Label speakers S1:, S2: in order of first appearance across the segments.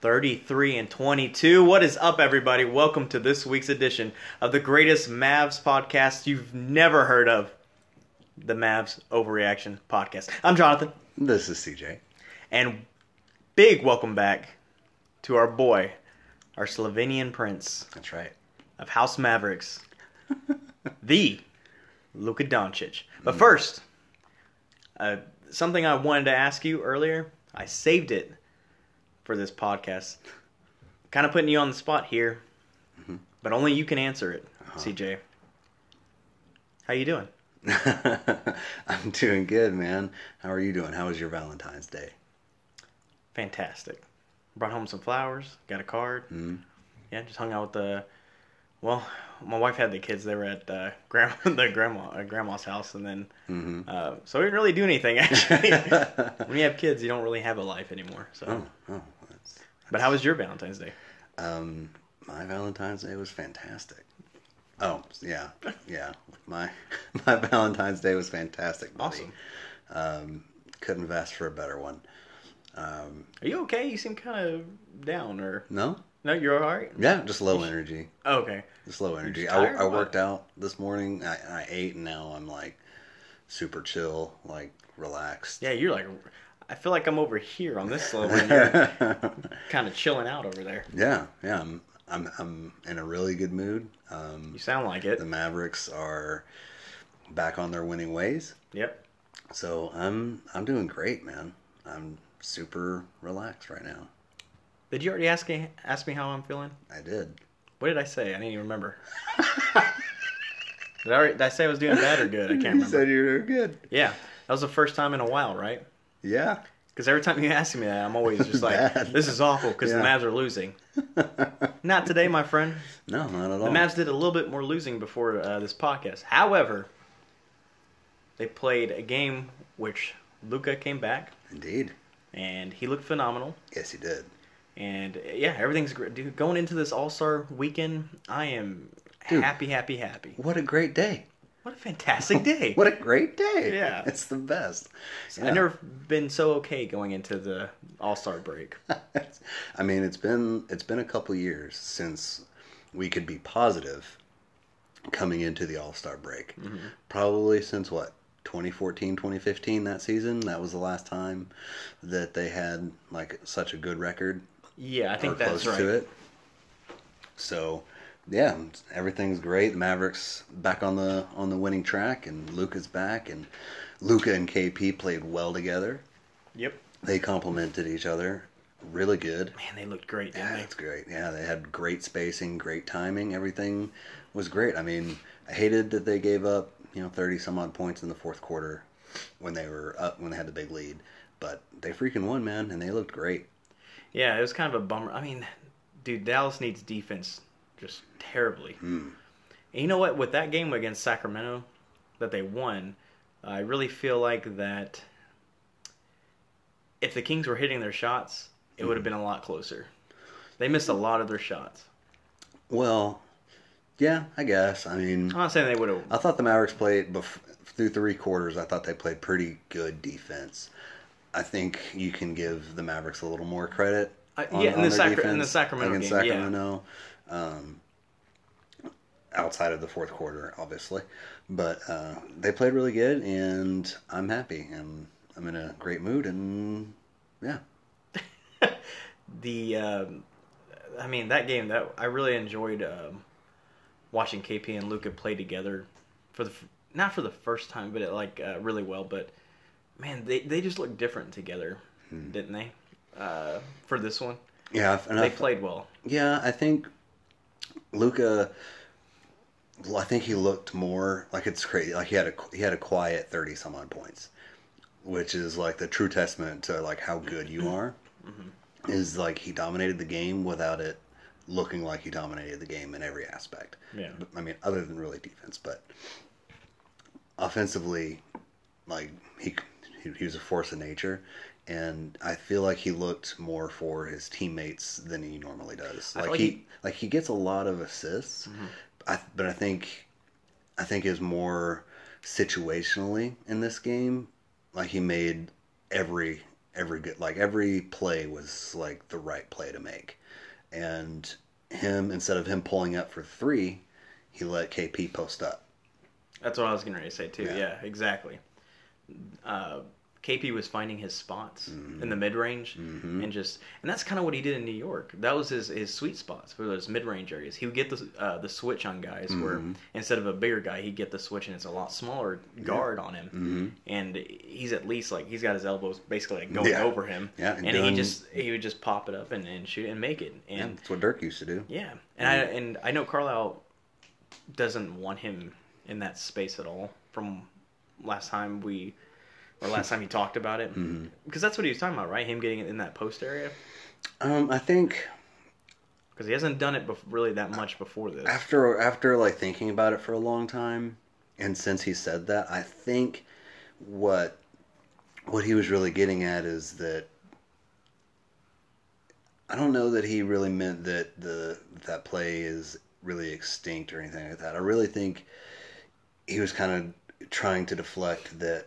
S1: 33 and 22. What is up, everybody? Welcome to this week's edition of the greatest Mavs podcast you've never heard of the Mavs Overreaction Podcast. I'm Jonathan,
S2: This is CJ.
S1: and big welcome back to our boy, our Slovenian prince
S2: That's right.
S1: of House Mavericks, the Luka Doncic. But first, uh, something I wanted to ask you earlier, I saved it for this podcast. Kind of putting you on the spot here, but only you can answer it, CJ. How you doing?
S2: I'm doing good, man. How are you doing? How was your Valentine's Day?
S1: Fantastic. Brought home some flowers, got a card.
S2: Mm-hmm.
S1: Yeah, just hung out with the. Well, my wife had the kids. They were at uh, grandma, the grandma, uh, grandma's house, and then
S2: Mm-hmm.
S1: uh, so we didn't really do anything actually. when you have kids, you don't really have a life anymore. So,
S2: Oh, that's,
S1: but how was your Valentine's Day?
S2: um, my Valentine's Day was fantastic. Oh, yeah, yeah. My my Valentine's Day was fantastic. Buddy.
S1: Awesome.
S2: Um, couldn't have asked for a better one. Um,
S1: Are you okay? You seem kind of down, or
S2: no,
S1: no? You're all right.
S2: yeah, just low energy.
S1: Oh, okay.
S2: Just low energy.
S1: just
S2: I,
S1: tired?
S2: I worked out this morning. I, I ate, and now I'm like super chill, like relaxed.
S1: Yeah, you're like. I feel like I'm over here on this level. and You're kind of chilling out over there.
S2: Yeah, yeah, I'm I'm I'm in a really good mood. Um,
S1: You sound like it.
S2: the Mavericks are back on their winning ways,
S1: Yep.
S2: so I'm I'm doing great, man. I'm super relaxed right now.
S1: Did you already ask me, ask me how I'm feeling?
S2: I did.
S1: What did I say? I didn't even remember. did, I, already- did I say I was doing bad or good? I can't remember.
S2: you were good.
S1: yeah, that was the first time in a while, right?
S2: Yeah,
S1: Because every time you ask me that, I'm always just like,
S2: Bad.
S1: "This is awful" because the
S2: Yeah.
S1: Mavs are losing. Not today, my friend.
S2: no, not at all.
S1: The Mavs did a little bit more losing before uh, this podcast. However, they played a game which Luca came back
S2: Indeed,
S1: and he looked phenomenal.
S2: yes, he did.
S1: And uh, yeah, everything's great. Dude, going into this All Star weekend, I am
S2: Dude.
S1: happy, happy, happy.
S2: What a great day!
S1: What a fantastic day!
S2: What a great day!
S1: Yeah.
S2: it's the best.
S1: I've never been so okay going into the All Star break.
S2: I mean, it's been it's been a couple years since we could be positive coming into the All Star break.
S1: Mm-hmm.
S2: Probably since what 2014, 2015 that season. That was the last time that they had like such a good record
S1: Yeah, I
S2: or
S1: think
S2: close
S1: that's right.
S2: to it. So, yeah, everything's great. The Mavericks back on the on the winning track, and Luca's back, and Luca and KP played well together.
S1: Yep.
S2: They complemented each other really good.
S1: Man, they looked great, didn't
S2: Yeah,
S1: they?
S2: that's great. Yeah, they had great spacing, great timing. Everything was great. I mean, I hated that they gave up, you know, 30 some odd points in the fourth quarter when they were up, when they had the big lead. But they freaking won, man, and they looked great.
S1: Yeah, it was kind of a bummer. I mean, dude, Dallas needs defense just terribly.
S2: Hmm.
S1: And you know what? With that game against Sacramento that they won, I really feel like that if the Kings were hitting their shots, it would have
S2: Hmm.
S1: been a lot closer. They missed a lot of their shots.
S2: Well, yeah, I guess. I mean,
S1: I'm not saying they would have.
S2: I thought the Mavericks played bef- through three quarters. I thought they played pretty good defense. I think you can give the Mavericks a little more credit.
S1: Uh, yeah, in the
S2: their
S1: Sacra- in
S2: defense
S1: the Sacramento
S2: against
S1: game, yeah.
S2: Sacramento, um, outside of the fourth quarter, obviously, but uh, they played really good, and I'm happy. I'm I'm in a great mood, and yeah,
S1: the um, I mean that game that I really enjoyed um, watching KP and Luca play together for the f- not for the first time but it, like uh, really well but man they they just looked different together didn't they uh, for this one
S2: yeah, and
S1: they
S2: I-
S1: played well
S2: Yeah, I think Luca. I think he looked more like it's crazy. Like he had a he had a quiet thirty some odd points, which is like the true testament to like how good you are. Is like he dominated the game without it looking like he dominated the game in every aspect.
S1: Yeah.
S2: I mean, other than really defense, but offensively, like he, he he was a force of nature, and I feel like he looked more for his teammates than he normally does.
S1: I feel Mm-hmm.
S2: Like,
S1: like
S2: he,
S1: he-
S2: like he gets a lot of assists, I, but I think I think is more situationally in this game. Like he made every every good like every play was like the right play to make. And him instead of him pulling up for three, he let KP post up.
S1: That's what I was getting ready to say too. Yeah,
S2: Yeah.
S1: exactly. Uh, KP was finding his spots in the mid range,
S2: Mm-hmm.
S1: and just and that's kind of what he did in New York. That was his his sweet spots for those mid range areas. He would get the uh, the switch on guys where instead of a bigger guy, he'd get the switch and it's a lot smaller guard on him, and he's at least like he's got his elbows basically like going
S2: Yeah.
S1: over him,
S2: Yeah,
S1: and,
S2: and
S1: he
S2: doing-
S1: just he would just pop it up and, and shoot and make it, and
S2: And that's what Dirk used to do.
S1: yeah, and I and I know Carlisle doesn't want him in that space at all. From last time we, or last time he talked about it, because that's what he was talking about, right? Him getting in that post area
S2: Um, I think
S1: because he hasn't done it bef- really that much before this.
S2: after after like thinking about it for a long time and since he said that i think what what he was really getting at is that i don't know that he really meant that the that play is really extinct or anything like that i really think he was kind of trying to deflect that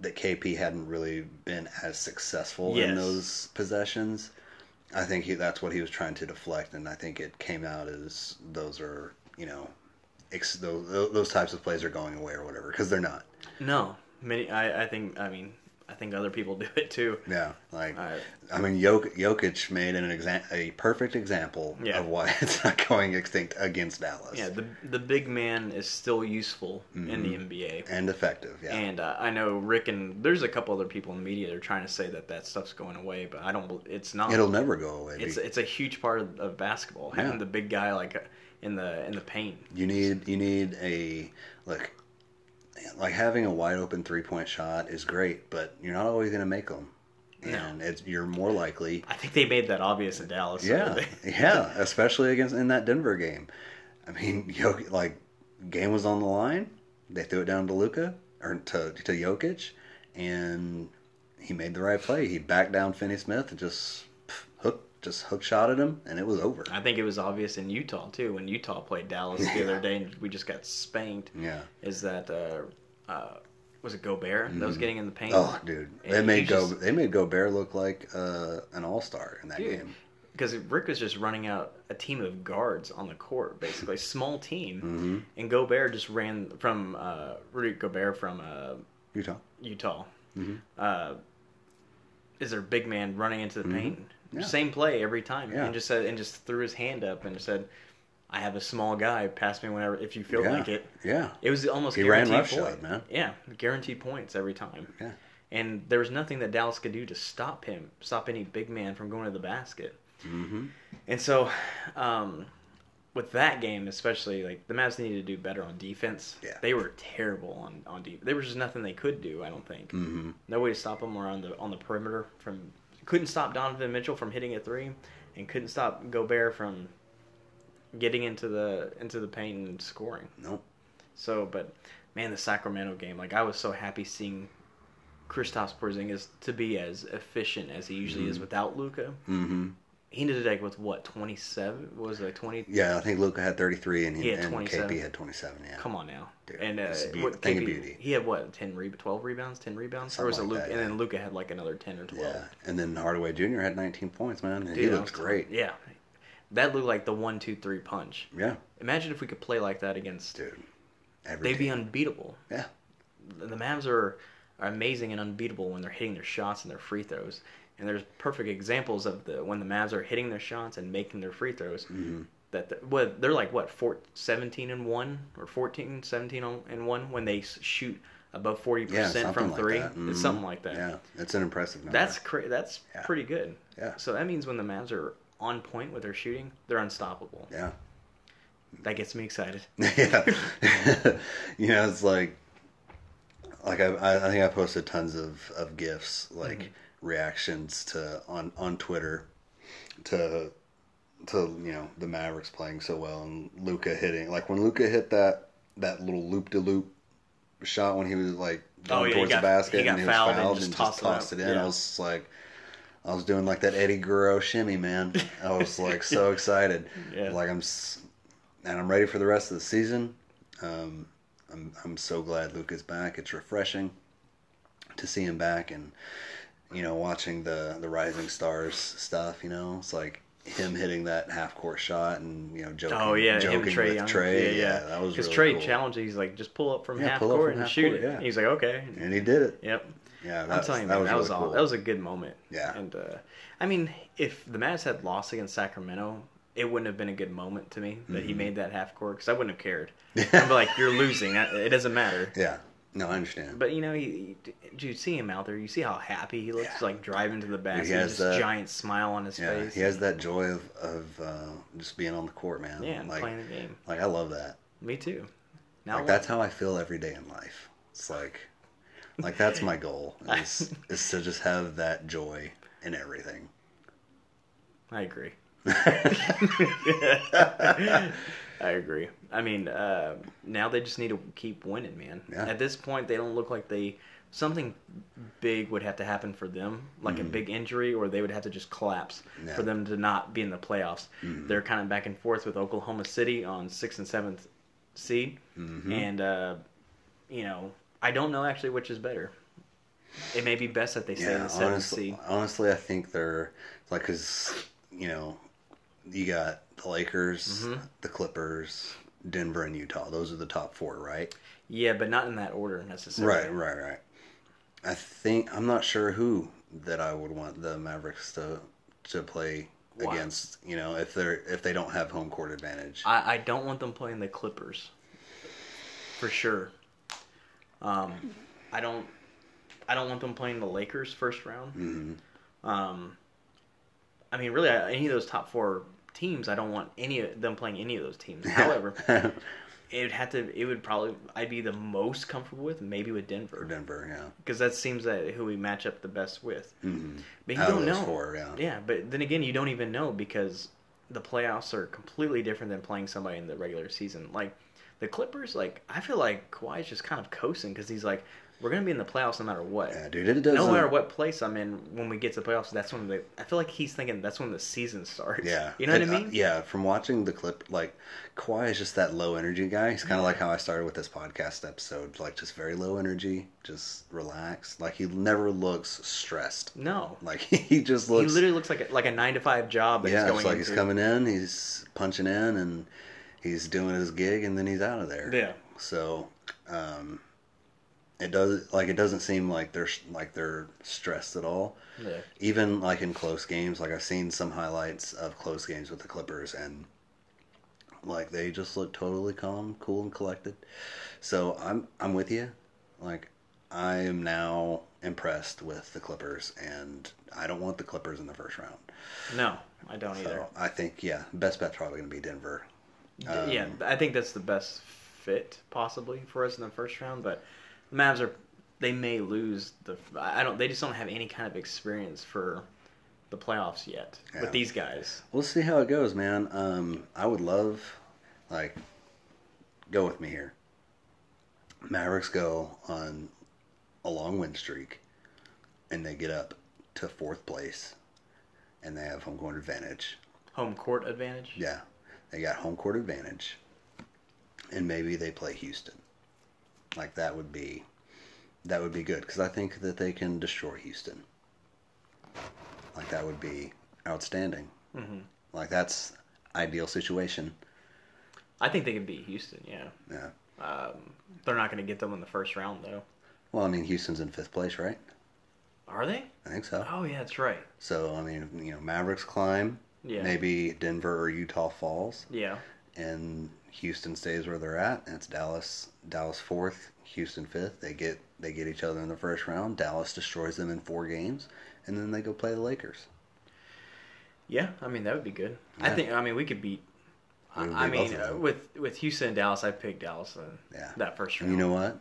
S2: that kp hadn't really been as successful
S1: Yes.
S2: in those possessions I think he, that's what he was trying to deflect, and I think it came out as those are, you know, ex, those, those types of plays are going away or whatever because they're not.
S1: No, many. I, I think. I mean, I think other people do it too.
S2: Yeah, like
S1: I,
S2: I mean, Jok- Jokic made an exa- a perfect example
S1: Yeah.
S2: of why it's not going extinct against Dallas.
S1: yeah, the the big man is still useful in the NBA.
S2: and effective. Mm-hmm. Yeah,
S1: And uh, I know Rick and there's a couple other people in the media that are trying to say that that stuff's going away, but I don't. bel- It's not.
S2: it'll never go away.
S1: it's
S2: be-
S1: it's a huge part of, of basketball having
S2: Yeah.
S1: the big guy like in the in the paint.
S2: you need you need a like like having a wide open three point shot is great, but you're not always going to make them,
S1: No.
S2: and it's you're more likely
S1: I think they made that obvious in Dallas.
S2: Yeah, yeah, especially against in that Denver game. I mean, Jokic, like game was on the line. They threw it down to Luca or to to Jokic, and he made the right play. He backed down Finney Smith and just pff, hook just hook shot at him, and it was over.
S1: I think it was obvious in Utah too when Utah played Dallas the other day and we just got spanked.
S2: Yeah.
S1: Is that uh, uh, was it Gobert that was getting in the paint?
S2: Oh, dude, they
S1: And
S2: made
S1: he
S2: go.
S1: just-
S2: They made Gobert look like uh, an all star in that game.
S1: Because Rick was just running out a team of guards on the court, basically small team,
S2: Mm-hmm.
S1: and Gobert just ran from uh, Rudy Gobert from uh,
S2: Utah.
S1: Utah.
S2: Mm-hmm.
S1: Uh, is their big man running into the paint?
S2: Mm-hmm. Yeah.
S1: Same play every time,
S2: Yeah.
S1: and just said, and just threw his hand up and said, "I have a small guy. Pass me whenever if you feel
S2: yeah.
S1: like it."
S2: Yeah.
S1: It was almost
S2: He ran
S1: guaranteed
S2: roughshod,
S1: point.
S2: man.
S1: Yeah, guaranteed points every time.
S2: Yeah.
S1: And there was nothing that Dallas could do to stop him, stop any big man from going to the basket. Mm-hmm. And so, um, with that game especially, like the Mavs needed to do better on defense.
S2: Yeah.
S1: They were terrible on on defense. There was just nothing they could do. I don't think.
S2: Mm.
S1: Mm-hmm. No way to stop them were on the on the perimeter from. Couldn't stop Donovan Mitchell from hitting a three, and couldn't stop Gobert from getting into the into the paint and scoring.
S2: Nope.
S1: So, but man, the Sacramento game, like I was so happy seeing Kristaps Porzingis to be as efficient as he usually is without Luca.
S2: Mm-hmm.
S1: He ended like with what twenty seven? Was it like twenty?
S2: Yeah, I think Luca had 33 and, he,
S1: He had
S2: and
S1: 27.
S2: KP had 27. Yeah.
S1: Come on now,
S2: Dude,
S1: and uh,
S2: it's a beau-
S1: what,
S2: thing of
S1: KP
S2: beauty.
S1: He had what ten re- twelve rebounds, ten rebounds, or was it
S2: Something
S1: Luca?
S2: like that,
S1: And
S2: yeah.
S1: then Luca had like another ten or twelve.
S2: Yeah, and then Hardaway Jr. had 19 points, man. and he
S1: Dude, I was-
S2: looked great.
S1: Yeah, that looked like the one two three punch.
S2: Yeah,
S1: Imagine if we could play like that against.
S2: dude. Every
S1: They'd be
S2: team.
S1: unbeatable.
S2: yeah,
S1: the the Mavs are, are amazing and unbeatable when they're hitting their shots and their free throws. And there's perfect examples of the when the Mavs are hitting their shots and making their free throws.
S2: Mm-hmm.
S1: That the, what they're like what four, 17 and one or 14 17 on- and one when they s- shoot above 40
S2: yeah,
S1: percent
S2: something
S1: from
S2: like
S1: three.
S2: That.
S1: It's
S2: Mhm.
S1: something like that.
S2: Yeah, that's an impressive number.
S1: That's cra- that's
S2: Yeah.
S1: pretty good.
S2: Yeah.
S1: So that means when the Mavs are on point with their shooting, they're unstoppable.
S2: yeah,
S1: That gets me excited.
S2: yeah. you know, it's like, like I, I I think I posted tons of of gifs, like
S1: Mm-hmm.
S2: reactions to on on Twitter, to to you know the Mavericks playing so well and Luca hitting like when Luca hit that that little loop de loop shot when he was like
S1: Oh,
S2: going
S1: yeah, he
S2: towards
S1: got-
S2: the basket
S1: he got
S2: and he was
S1: fouled
S2: fouled,
S1: and just
S2: and
S1: tossed
S2: just
S1: it out.
S2: tossed it, in.
S1: Yeah.
S2: I was just like, I was doing like that Eddie Guerrero shimmy, man. I was like so excited,
S1: Yeah.
S2: like I'm, s- and I'm ready for the rest of the season. Um, I'm I'm so glad Luke is back. It's refreshing to see him back, and you know, watching the the Rising Stars stuff. You know, it's like him hitting that half court shot, and you know, joking,
S1: Oh yeah,
S2: joking
S1: him Trey
S2: with
S1: Young.
S2: Trey.
S1: Yeah, yeah.
S2: that was
S1: because
S2: really
S1: Trey
S2: cool.
S1: challenged. He's like, just pull up from
S2: Yeah,
S1: half
S2: pull up
S1: court
S2: from
S1: and
S2: half
S1: shoot it.
S2: court, yeah.
S1: He's like, okay.
S2: and he did it.
S1: Yep.
S2: Yeah,
S1: I'm
S2: that's-
S1: telling you, man,
S2: that was
S1: that was
S2: really
S1: all.
S2: cool.
S1: That was a good moment.
S2: Yeah.
S1: And uh, I mean, if the Mavs had lost against Sacramento, it wouldn't have been a good moment to me that
S2: Mm-hmm.
S1: he made that half court because I wouldn't have cared. I'd be like, you're losing. I- It doesn't matter.
S2: yeah. No, I understand.
S1: But you know, you, you, dude, you see him out there. You see how happy he looks,
S2: Yeah.
S1: like driving to the basket,
S2: has
S1: just
S2: that-
S1: giant smile on his
S2: yeah,
S1: face.
S2: he has that joy of of uh, just being on the court, man.
S1: yeah, and
S2: like
S1: playing the game.
S2: like I love that.
S1: Me too. Now
S2: like
S1: what?
S2: that's how I feel every day in life. It's like, like that's my goal is is to just have that joy in everything.
S1: I agree. I agree. I mean, uh, now they just need to keep winning, man.
S2: Yeah.
S1: At this point, they don't look like they. Something big would have to happen for them, like a big injury, or they would have to just collapse
S2: Mm-hmm. Yeah. Mm-hmm.
S1: for them to not be in the playoffs. They're kind of back and forth with Oklahoma City on sixth and seventh seed,
S2: Mm-hmm.
S1: and uh, you know, I don't know actually which is better. It may be best that they stay in
S2: Yeah,
S1: the seventh
S2: honestly,
S1: seed.
S2: honestly, I think they're like because you know you got the Lakers,
S1: Mm-hmm.
S2: the Clippers, Denver, and Utah. Those are the top four, right?
S1: Yeah, but not in that order necessarily.
S2: Right, right, right. I think I'm not sure who that I would want the Mavericks to to play
S1: Why?
S2: against. You know, if they're if they don't have home court advantage.
S1: I, I don't want them playing the Clippers for sure. Um, I don't. I don't want them playing the Lakers first round.
S2: Mm-hmm.
S1: Um, I mean, really, I- any of those top four teams, I don't want any of them playing any of those teams. However, it would have to. It would probably. I'd be the most comfortable with maybe with
S2: or
S1: Denver
S2: Denver, yeah.
S1: because that seems that who we match up the best with.
S2: Mhm.
S1: But you
S2: Out of
S1: don't
S2: those
S1: know.
S2: four, yeah.
S1: but then again, you don't even know because the playoffs are completely different than playing somebody in the regular season. Like the Clippers, like I feel like Kawhi's just kind of coasting because he's like, we're gonna be in the playoffs no matter what.
S2: Yeah, dude, it doesn't.
S1: No matter what place I'm in, when we get to the playoffs, that's when the I feel like he's thinking that's when the season starts.
S2: Yeah,
S1: you know what I
S2: And, uh,
S1: mean?
S2: yeah, from watching the clip, like Kawhi is just that low energy guy. He's kind of like how I started with this podcast episode, like just very low energy, just relaxed. Like he never looks stressed.
S1: No,
S2: Like he just looks.
S1: he literally looks like a, like a nine to five job. That
S2: yeah,
S1: he's
S2: it's
S1: going
S2: like
S1: into.
S2: he's coming in, he's punching in, and he's doing his gig, and then he's out of there.
S1: Yeah.
S2: So, um, it does like it doesn't seem like they're like they're stressed at all.
S1: Yeah.
S2: even like in close games like i've seen some highlights of close games with the clippers and like they just look totally calm cool and collected so i'm i'm with you like i am now impressed with the clippers and i don't want the clippers in the first round
S1: No, I don't either.
S2: so i think yeah best bet's probably going to be denver
S1: D-
S2: Um,
S1: yeah, I think that's the best fit possibly for us in the first round. But the Mavs are they may lose the. I don't. They just don't have any kind of experience for the playoffs yet
S2: Yeah.
S1: with these guys.
S2: we'll see how it goes man um i would love like go with me here mavericks go on a long win streak and they get up to fourth place and they have home court advantage
S1: Home court advantage.
S2: yeah they got home court advantage and maybe they play houston like that would be that would be good because i think that they can destroy houston like that would be outstanding
S1: Mhm.
S2: like that's ideal situation
S1: I think they could beat Houston. Yeah,
S2: yeah
S1: um, they're not going to get them in the first round though.
S2: well i mean houston's in fifth place right
S1: Are they?
S2: i think so
S1: Oh yeah, that's right.
S2: so i mean you know mavericks climb
S1: Yeah.
S2: maybe denver or utah falls
S1: Yeah.
S2: and Houston stays where they're at. And it's Dallas, Dallas fourth, Houston fifth. They get they get each other in the first round. Dallas destroys them in four games, and then they go play the Lakers.
S1: Yeah, I mean that would be good. I
S2: Yeah.
S1: think. I mean we could beat.
S2: We would
S1: I I
S2: beat both
S1: mean
S2: of
S1: uh,
S2: them.
S1: with with Houston and Dallas, I picked Dallas in
S2: Yeah.
S1: that first
S2: And
S1: round.
S2: you know what?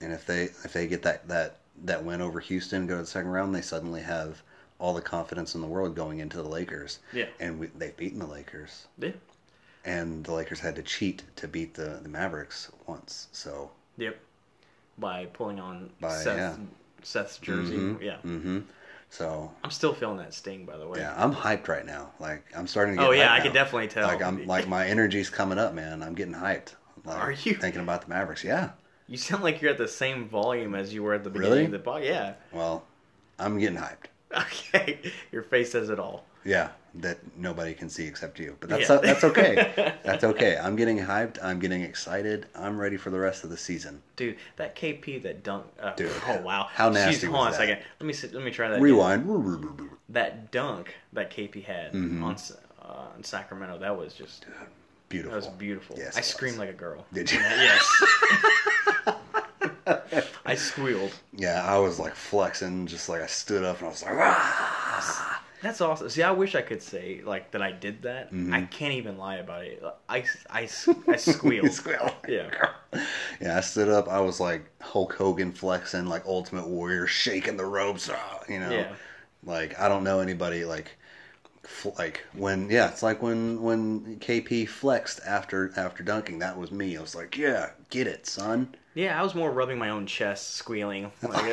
S2: And if they if they get that that that win over Houston, go to the second round, they suddenly have all the confidence in the world going into the Lakers.
S1: Yeah.
S2: And we, they've beaten the Lakers,
S1: Yeah.
S2: and the Lakers had to cheat to beat the the Mavericks once. So
S1: Yep. By pulling on
S2: By-
S1: Seth,
S2: yeah.
S1: Seth's jersey.
S2: Mhm.
S1: Yeah.
S2: hmm So
S1: I'm still feeling that sting, by the way.
S2: Yeah, I'm hyped right now. Like I'm starting to. Get
S1: Oh, yeah,
S2: hyped
S1: I
S2: now.
S1: can definitely tell.
S2: Like I'm like my energy's coming up, man. I'm getting hyped. Like,
S1: Are you?
S2: thinking about the Mavericks? Yeah,
S1: You sound like you're at the same volume as you were at the beginning
S2: Really?
S1: of the pod. Yeah.
S2: Well, I'm getting hyped.
S1: Okay. Your face says it all.
S2: Yeah, that nobody can see except you. But that's
S1: Yeah.
S2: that's okay. that's okay. I'm getting hyped. I'm getting excited. I'm ready for the rest of the season.
S1: Dude, that KP that dunk. Uh,
S2: Dude,
S1: oh wow!
S2: how nasty
S1: Jeez,
S2: was
S1: hold on a
S2: that?
S1: second. Let me see, let me try that. again.
S2: Rewind.
S1: That dunk that KP had
S2: Mm-hmm.
S1: on S- uh, in Sacramento. That was just that
S2: Beautiful.
S1: was beautiful.
S2: Yes,
S1: I
S2: it
S1: screamed
S2: was.
S1: like a girl.
S2: Did you?
S1: yes. I squealed.
S2: Yeah, I was like flexing, just like I stood up and I was like, "Ah!"
S1: That's awesome. See, I wish I could say like that I did that.
S2: Mm-hmm.
S1: I can't even lie about it. I I, I
S2: You
S1: squealed.
S2: squeal.
S1: yeah.
S2: "Oh Yeah, I stood up. I was like Hulk Hogan flexing, like Ultimate Warrior, shaking the ropes. ah, You know,
S1: Yeah.
S2: like I don't know anybody like, fl- like when yeah, it's like when when KP flexed after after dunking. That was me. I was like, yeah, get it, son.
S1: Yeah, I was more rubbing my own chest, squealing, like,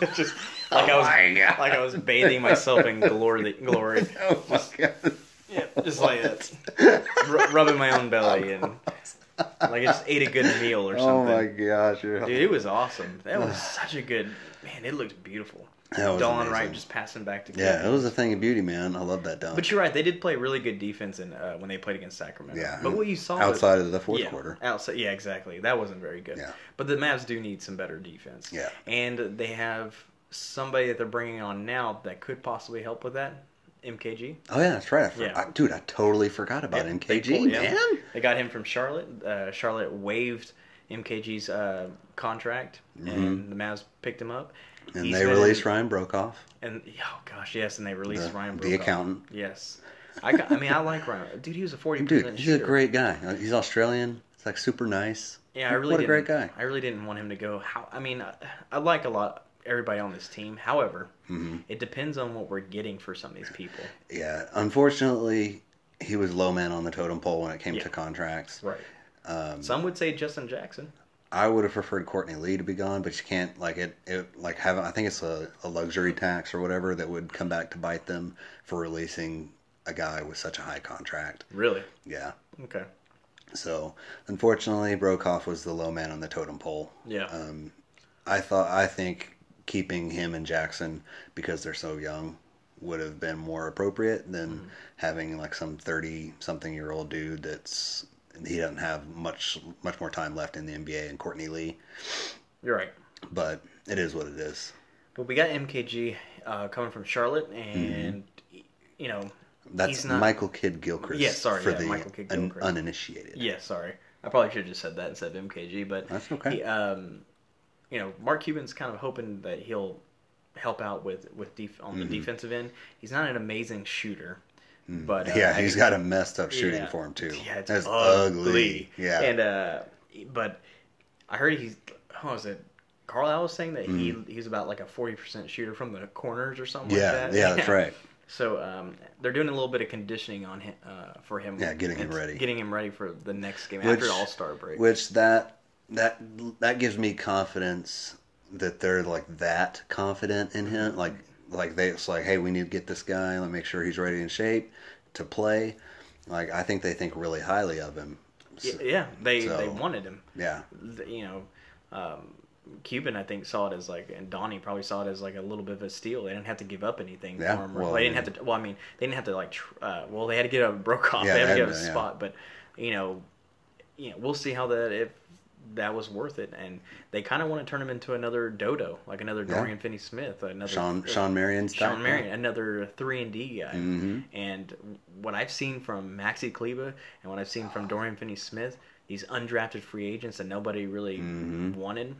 S2: my-
S1: just like I
S2: Oh
S1: was
S2: my God.
S1: like I was bathing myself in glory, glory.
S2: Oh my god.
S1: Yeah, just like that, Ru rubbing my own belly and like I just ate a good meal or
S2: Oh
S1: something.
S2: my gosh. you're-
S1: Dude, it was awesome. That was such a good man. It looked beautiful.
S2: That was
S1: Dawn
S2: amazing.
S1: Wright just passing back to
S2: Yeah, it
S1: Kevin.
S2: was a thing of beauty, man. I love that dunk.
S1: But you're right. They did play really good defense in, uh, when they played against Sacramento.
S2: Yeah.
S1: But what you saw was-
S2: outside of the fourth
S1: yeah,
S2: quarter.
S1: Outside, yeah, exactly. That wasn't very good.
S2: Yeah.
S1: But the Mavs do need some better defense.
S2: Yeah.
S1: And they have somebody that they're bringing on now that could possibly help with that. MKG.
S2: Oh yeah, that's right. I for-
S1: Yeah.
S2: I- dude, I totally forgot about
S1: Yeah, they
S2: MKG,
S1: pulled- yeah.
S2: man.
S1: They got him from Charlotte. Uh, Charlotte waived MKG's uh, contract, and the Mavs picked him up.
S2: Mm-hmm. And
S1: He's
S2: they
S1: been-
S2: released Ryan Brokoff.
S1: And oh gosh, yes, and they released
S2: The-
S1: Ryan.
S2: the
S1: Brokaw.
S2: accountant.
S1: Yes, I, got- I mean I like Ryan. Dude, he was a forty
S2: Dude,
S1: percent.
S2: he's a great guy. Uh, He's Australian. He's like super nice.
S1: Yeah, I really
S2: What a
S1: didn't,
S2: great guy.
S1: I really didn't want him to go. How I mean, I, I like a lot everybody on this team. However,
S2: Mm-hmm.
S1: it depends on what we're getting for some of these people.
S2: Yeah. Unfortunately, he was low man on the totem pole when it came
S1: Yeah.
S2: to contracts.
S1: Right.
S2: Um,
S1: Some would say Justin Jackson.
S2: I would have preferred Courtney Lee to be gone, but you can't like it. It like having I think it's a, a luxury tax or whatever that would come back to bite them for releasing a guy with such a high contract.
S1: Really?
S2: Yeah.
S1: Okay.
S2: So unfortunately, Brokoff was the low man on the totem pole.
S1: Yeah.
S2: Um, I thought I think keeping him and Jackson because they're so young would have been more appropriate than
S1: Mm-hmm.
S2: having like some thirty something year old dude that's he doesn't have much much more time left in the NBA and Courtney Lee.
S1: You're right.
S2: But it is what it is.
S1: But we got MKG uh, coming from Charlotte, and
S2: Mm-hmm.
S1: you know
S2: That's
S1: he's not.
S2: Michael Kidd Gilchrist.
S1: Yeah, sorry,
S2: for
S1: yeah,
S2: the
S1: Michael Kidd
S2: un-
S1: Gilchrist.
S2: uninitiated.
S1: Yeah, sorry. I probably should have just said that instead of MKG, but
S2: That's okay.
S1: he, um, you know, Mark Cuban's kind of hoping that he'll help out with with def- on the
S2: Mm-hmm.
S1: defensive end. He's not an amazing shooter, but uh,
S2: Mm. Yeah,
S1: I-
S2: he's got a messed up shooting
S1: yeah.
S2: form too.
S1: Yeah, it's
S2: That's
S1: ugly.
S2: Yeah,
S1: and uh, but I heard he's how was it? Carlisle was saying that he he's about like a forty percent shooter from the corners or something
S2: Mm. yeah,
S1: like that.
S2: yeah, that's right.
S1: So um, they're doing a little bit of conditioning on him uh, for him.
S2: Yeah, getting him
S1: It's
S2: ready.
S1: Getting him ready for the next game
S2: Which-
S1: after All Star break.
S2: Which that that that gives me confidence that they're like that confident in him.
S1: Mm-hmm.
S2: Like like they it's like, hey, we need to get this guy. Let me make sure he's ready in shape to play. Like I think they think really highly of him.
S1: Y-
S2: So-
S1: yeah, they
S2: so-
S1: they wanted him.
S2: yeah.
S1: Th- You know, um, Cuban I think saw it as like, and Donnie probably saw it as like a little bit of a steal. They didn't have to give up anything
S2: Yeah,
S1: for him. Or,
S2: well,
S1: they
S2: I
S1: didn't have
S2: mean-
S1: to. Well, I mean, they didn't have to like. Tr- uh, well, they had to get a broke off.
S2: Yeah,
S1: they had to
S2: they
S1: get
S2: had
S1: a
S2: to, yeah.
S1: spot, but you know, you know, we'll see how that if that was worth it. And they kind of want to turn him into another Dodo, like another
S2: Yeah.
S1: Dorian Finney-Smith, another uh,
S2: Sean Sean Marion's
S1: Sean
S2: back.
S1: Marion, another three and D guy.
S2: Mm-hmm.
S1: And what I've seen from Maxi Kleba and what I've seen from Dorian Finney-Smith, these undrafted free agents that nobody really
S2: Mm-hmm.
S1: wanted.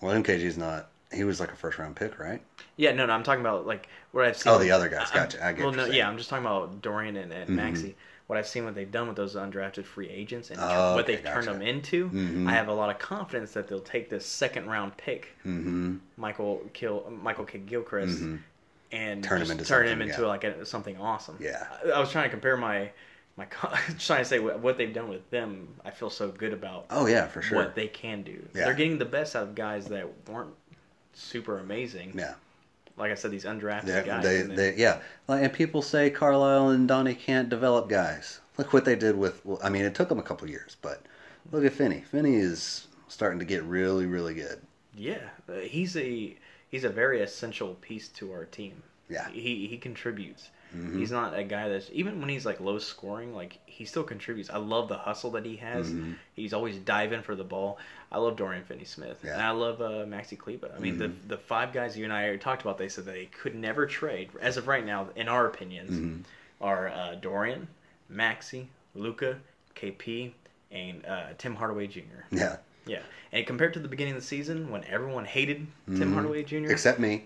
S2: Well MKG's not he was like a first round pick, right?
S1: Yeah, no, no, I'm talking about like what I've seen.
S2: Oh, the other guys. Gotcha. I get
S1: well, no,
S2: what you're saying. Mm-hmm.
S1: yeah, I'm just talking about Dorian and, and Maxi. What I've seen, what they've done with those undrafted free agents, and
S2: Oh,
S1: what
S2: okay,
S1: they've turned
S2: gotcha.
S1: them into, I have a lot of confidence that they'll take this second round pick,
S2: Mm-hmm.
S1: Michael Kill, Michael K. Gilchrist, and
S2: Turn him
S1: just
S2: into
S1: turn him
S2: something,
S1: into
S2: yeah.
S1: like a, something awesome.
S2: Yeah.
S1: I, I was trying to compare my my co- trying to say what, what they've done with them. I feel so good about
S2: Oh yeah, for sure.
S1: what they can do.
S2: Yeah.
S1: They're getting the best out of guys that weren't super amazing.
S2: yeah.
S1: Like I said, these undrafted
S2: They,
S1: guys.
S2: they,
S1: and then-
S2: they, yeah. Like, and people say Carlisle and Donnie can't develop guys. Look what they did with. Well, I mean, it took them a couple years, but look at Finney. Finney is starting to get really, really good.
S1: Yeah, uh, he's a he's a very essential piece to our team.
S2: Yeah.
S1: he he contributes.
S2: Mhm.
S1: He's not a guy that's even when he's like low scoring, like he still contributes. I love the hustle that he has.
S2: Mhm.
S1: He's always diving for the ball. I love Dorian Finney-Smith
S2: Yeah. Mm-hmm.
S1: and I love uh, Maxi Kleba. I mean, the the five guys you and I talked about, they said they could never trade as of right now. In our opinions,
S2: Mm-hmm.
S1: are uh, Dorian, Maxi, Luca, KP, and uh, Tim Hardaway Jr.
S2: Yeah.
S1: Yeah, and compared to the beginning of the season when everyone hated Tim
S2: Mhm.
S1: Hardaway Jr.
S2: Except me.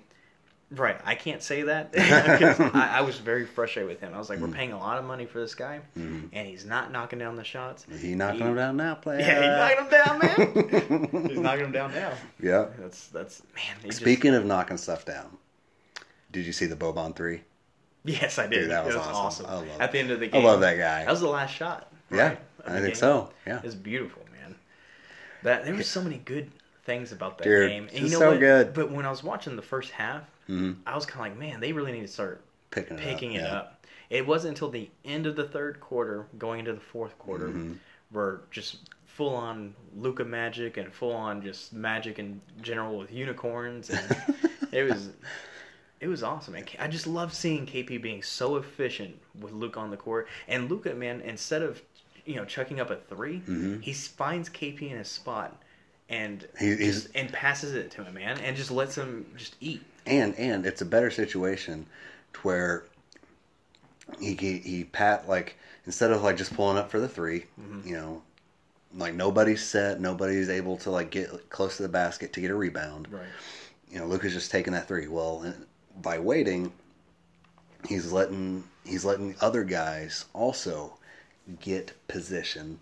S1: Right, I can't say that 'Cause I, I was very frustrated with him. I was like,
S2: Mm-hmm.
S1: we're paying a lot of money for this guy, and he's not knocking down the shots.
S2: He knocking them down now, player.
S1: Yeah, he knocked him down, man.
S2: knocking them
S1: he's knocking him down now.
S2: Yeah.
S1: That's that's man. he just-
S2: Speaking of knocking stuff down, did you see the Boban three?
S1: yes, I did.
S2: Dude, that was
S1: it was awesome.
S2: awesome. I love-
S1: At the end of the
S2: I
S1: game,
S2: love that guy.
S1: That was the last shot.
S2: yeah,
S1: right, of
S2: I
S1: the game.
S2: think so. Yeah,
S1: It's beautiful, man. That there were so many good things about that
S2: Dude,
S1: game. And
S2: it's
S1: you know
S2: so
S1: what?
S2: good.
S1: But when I was watching the first half,
S2: Mhm.
S1: I was kind of like, man, they really need to start
S2: picking it
S1: picking
S2: up.
S1: it
S2: yeah.
S1: up. It wasn't until the end of the third quarter, going into the fourth quarter,
S2: Mm-hmm.
S1: where just full on Luca magic and full on just magic in general with unicorns, and it was it was awesome. And K- I just love seeing KP being so efficient with Luca on the court. And Luca, man, instead of you know chucking up a 3 he finds KP in his spot. And
S2: Mm-hmm. He- he's-
S1: just, and passes it to him, man, and just lets him just eat.
S2: And and it's a better situation to where he he, he pat like instead of like just pulling up for the 3 you know, like nobody's set, nobody's able to like get close to the basket to get a rebound.
S1: Right.
S2: you know, Luca's just taking that three. Well, and by waiting, he's letting he's letting other guys also get position.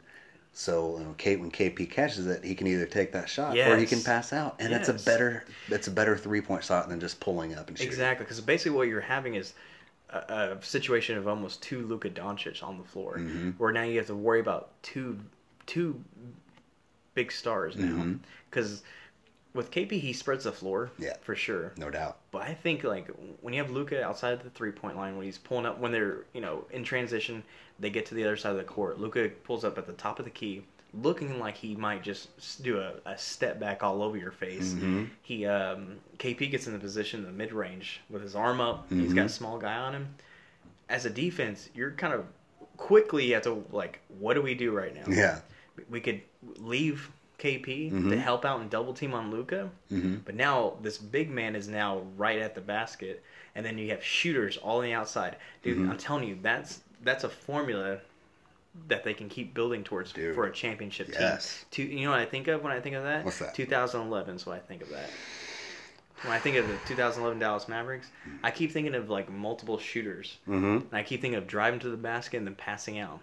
S2: So you know, Kate, when KP catches it, he can either take that shot or he
S1: Yes.
S2: can pass out, and it's
S1: Yes.
S2: a better it's a better three point shot than just pulling up and shooting.
S1: Exactly, because basically what you're having is a, a situation of almost two Luka Doncic on the floor,
S2: Mm-hmm.
S1: where now you have to worry about two two big stars now. Because with KP, he spreads the floor,
S2: Mm-hmm. Yeah.
S1: for sure.
S2: No doubt.
S1: But I think like when you have Luca outside the three point line, when he's pulling up, when they're you know in transition, they get to the other side of the court. Luca pulls up at the top of the key, looking like he might just s- do a, a step back all over your face. He um, KP gets in the position in the mid range with his arm up. He's got a small guy on him. As a defense, you're kind of quickly you have to like, what do we do right now?
S2: Yeah.
S1: we could leave KP to help out and double team on Luca.
S2: Mm-hmm.
S1: But now this big man is now right at the basket, and then you have shooters all on the outside. Dude,
S2: Mm-hmm.
S1: I'm telling you, that's that's a formula that they can keep building towards
S2: Dude.
S1: for a championship
S2: Yes.
S1: team. To, you know what I think of when I think of that?
S2: What's that?
S1: 2011 is what I think of that. When I think of the 2011 Dallas Mavericks, I keep thinking of like multiple shooters.
S2: Mm-hmm.
S1: And I keep thinking of driving to the basket and then passing out,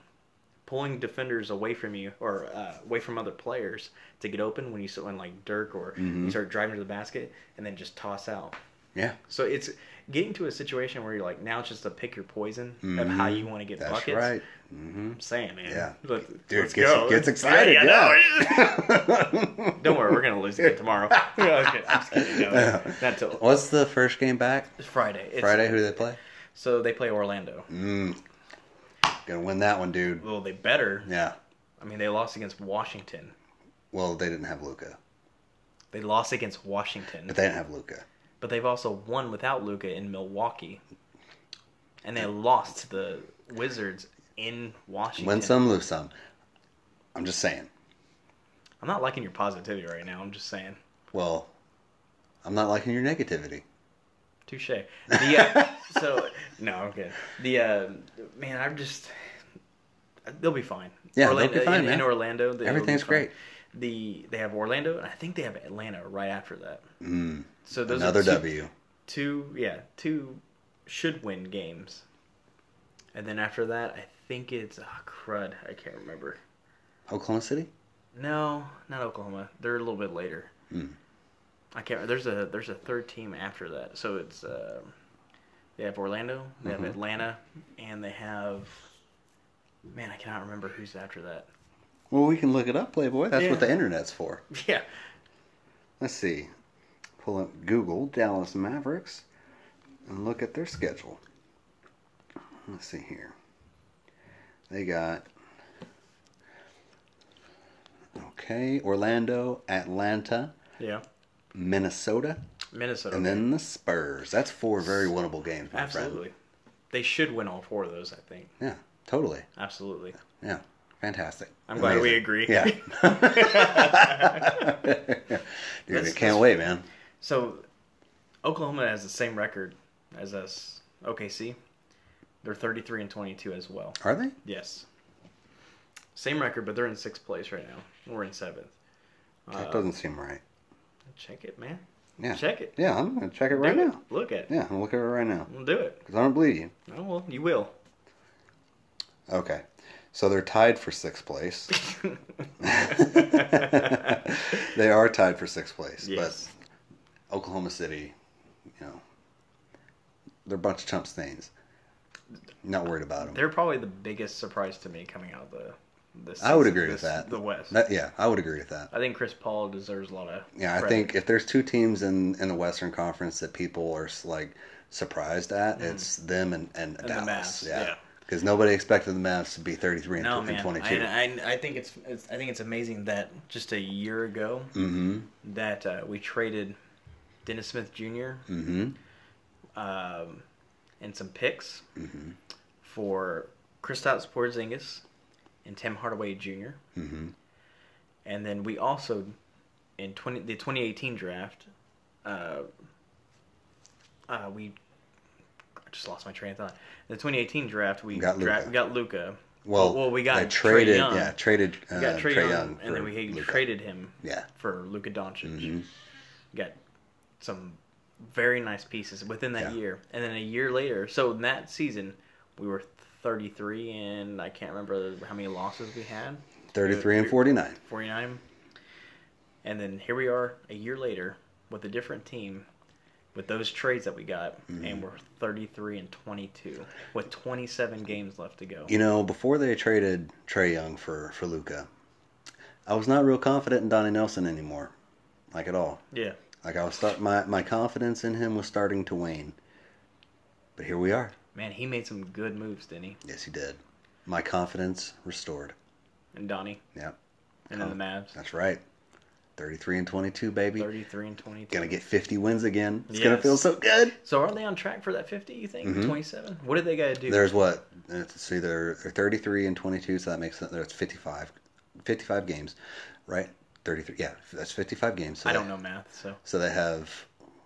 S1: pulling defenders away from you or uh, away from other players to get open when you sit when like Dirk or
S2: Mm-hmm.
S1: you start driving to the basket and then just toss out.
S2: Yeah.
S1: So it's getting to a situation where you're like now it's just to pick your poison of how you want to get
S2: Mm-hmm. That's
S1: buckets.
S2: right. Mm-hmm.
S1: I'm saying, man.
S2: Yeah.
S1: Let,
S2: Dude,
S1: let's
S2: gets,
S1: go.
S2: gets excited.
S1: Yeah, I know.
S2: Yeah.
S1: Don't worry, we're gonna lose again tomorrow. okay, I'm just kidding. No, not till
S2: What's the first game back?
S1: Friday. It's,
S2: Friday. Who do they play?
S1: So they play Orlando.
S2: Mm. Gonna win that one, dude.
S1: Well, they better.
S2: Yeah.
S1: I mean, they lost against Washington.
S2: Well, they didn't have Luca,
S1: They lost against Washington,
S2: but they didn't have Luca.
S1: but they've also won without Luca in Milwaukee, and they lost to the Wizards in Washington.
S2: Win some, lose some. I'm just saying.
S1: I'm not liking your positivity right now. I'm just saying,
S2: Well, I'm not liking your negativity.
S1: touche. The, uh, so no, I'm kidding. The uh, man, I'm just they'll be fine.
S2: Yeah, they'll be fine,
S1: in,
S2: man.
S1: in Orlando. they'll
S2: Everything's
S1: be fine.
S2: great.
S1: The they have Orlando, and I think they have Atlanta right after that.
S2: Mm,
S1: So those
S2: another
S1: are two,
S2: W.
S1: two yeah two should win games and then after that i think it's oh, crud i can't remember
S2: Oklahoma City.
S1: no not oklahoma they're a little bit later
S2: Hmm.
S1: i can't there's a there's a third team after that so it's uh, they have orlando they
S2: Mhm.
S1: have atlanta and they have man i cannot remember who's after that
S2: Well, we can look it up, Playboy. That's
S1: Yeah.
S2: what the internet's for.
S1: yeah
S2: Let's see. Pull up Google Dallas Mavericks and look at their schedule. Let's see here. They got Okay, Orlando, Atlanta,
S1: Yeah.
S2: Minnesota,
S1: Minnesota.
S2: and then the Spurs. That's four very winnable games, my
S1: Absolutely.
S2: friend.
S1: They should win all four of those, I think.
S2: Yeah, totally.
S1: Absolutely.
S2: Yeah, fantastic.
S1: I'm glad we agree.
S2: Yeah. Dude, I
S1: That's-
S2: can't
S1: that's-
S2: wait, man.
S1: So, Oklahoma has the same record as us. OKC. They're 33 and 22 as well.
S2: Are they?
S1: Yes. Same record, but they're in sixth place right now. We're in seventh.
S2: That
S1: Uh,
S2: doesn't seem right.
S1: Check it, man.
S2: Yeah.
S1: Check it.
S2: Yeah, I'm gonna check it right
S1: Do it.
S2: now.
S1: Look at it.
S2: Yeah, I'm looking at it right now
S1: We'll do it.
S2: because I don't believe you.
S1: Oh, well, you will.
S2: Okay, so they're tied for sixth place. they are tied for sixth place,
S1: Yes.
S2: but Oklahoma City, you know, they're a bunch of chump stains. Not worried about them.
S1: They're probably the biggest surprise to me coming out of the. This
S2: I would
S1: season,
S2: agree with
S1: this-
S2: that.
S1: The West.
S2: That- yeah, I would agree with that.
S1: I think Chris Paul deserves a lot of.
S2: Yeah, I
S1: credit.
S2: think if there's two teams in in the Western Conference that people are like surprised at, it's them and and,
S1: Mm-hmm. the
S2: Dallas.
S1: Mavs,
S2: yeah,
S1: yeah.
S2: because nobody expected the Mavs to be 33 and,
S1: No
S2: tw-
S1: man,
S2: and 22.
S1: I, I, I think it's, it's I think it's amazing that just a year ago
S2: mm-hmm.
S1: that uh, we traded Dennis Smith junior
S2: Mm-hmm.
S1: um, and some picks
S2: Mm-hmm.
S1: for Kristaps Porzingis and Tim Hardaway Jr.
S2: Mm-hmm.
S1: And then we also in twenty the 2018 draft, uh, uh, we I just lost my train of thought. The 2018 draft we
S2: Got
S1: dra-
S2: Luka.
S1: got Luca.
S2: Well,
S1: well, we got
S2: they
S1: Trae
S2: traded.
S1: Young.
S2: Yeah, traded. Uh,
S1: We got Trey
S2: Trae
S1: Young,
S2: Young
S1: and then we
S2: for Luka.
S1: traded him
S2: Yeah,
S1: for Luka Doncic.
S2: Mhm.
S1: Got some very nice pieces within that
S2: Yeah.
S1: year, and then a year later, so in that season we were 33, and I can't remember how many losses we had.
S2: 33 and 49.
S1: 49, and then here we are a year later with a different team. With those trades that we got, and we're 33 and 22 with 27 games left to go.
S2: You know, before they traded Trey Young for for Luca, I was not real confident in Donnie Nelson anymore, like at all.
S1: Yeah,
S2: Like I was start my my confidence in him was starting to wane. But here we are.
S1: man, he made some good moves, didn't he?
S2: Yes, he did. My confidence restored.
S1: And Donnie,
S2: Yeah,
S1: and then the Mavs.
S2: that's right. Thirty-three and twenty-two, baby.
S1: 33 and 22.
S2: Gonna get fifty wins again. It's gonna
S1: Yes.
S2: feel so good.
S1: So are they on track for that 50, you think?
S2: Mm-hmm.
S1: 27? What do they got to do?
S2: There's what? Let's see. They're, they're thirty-three and twenty-two, so that makes it. That's fifty-five. Fifty-five games, right? Thirty-three. Yeah, that's fifty-five games. So
S1: I
S2: they-
S1: don't know math, so.
S2: So they have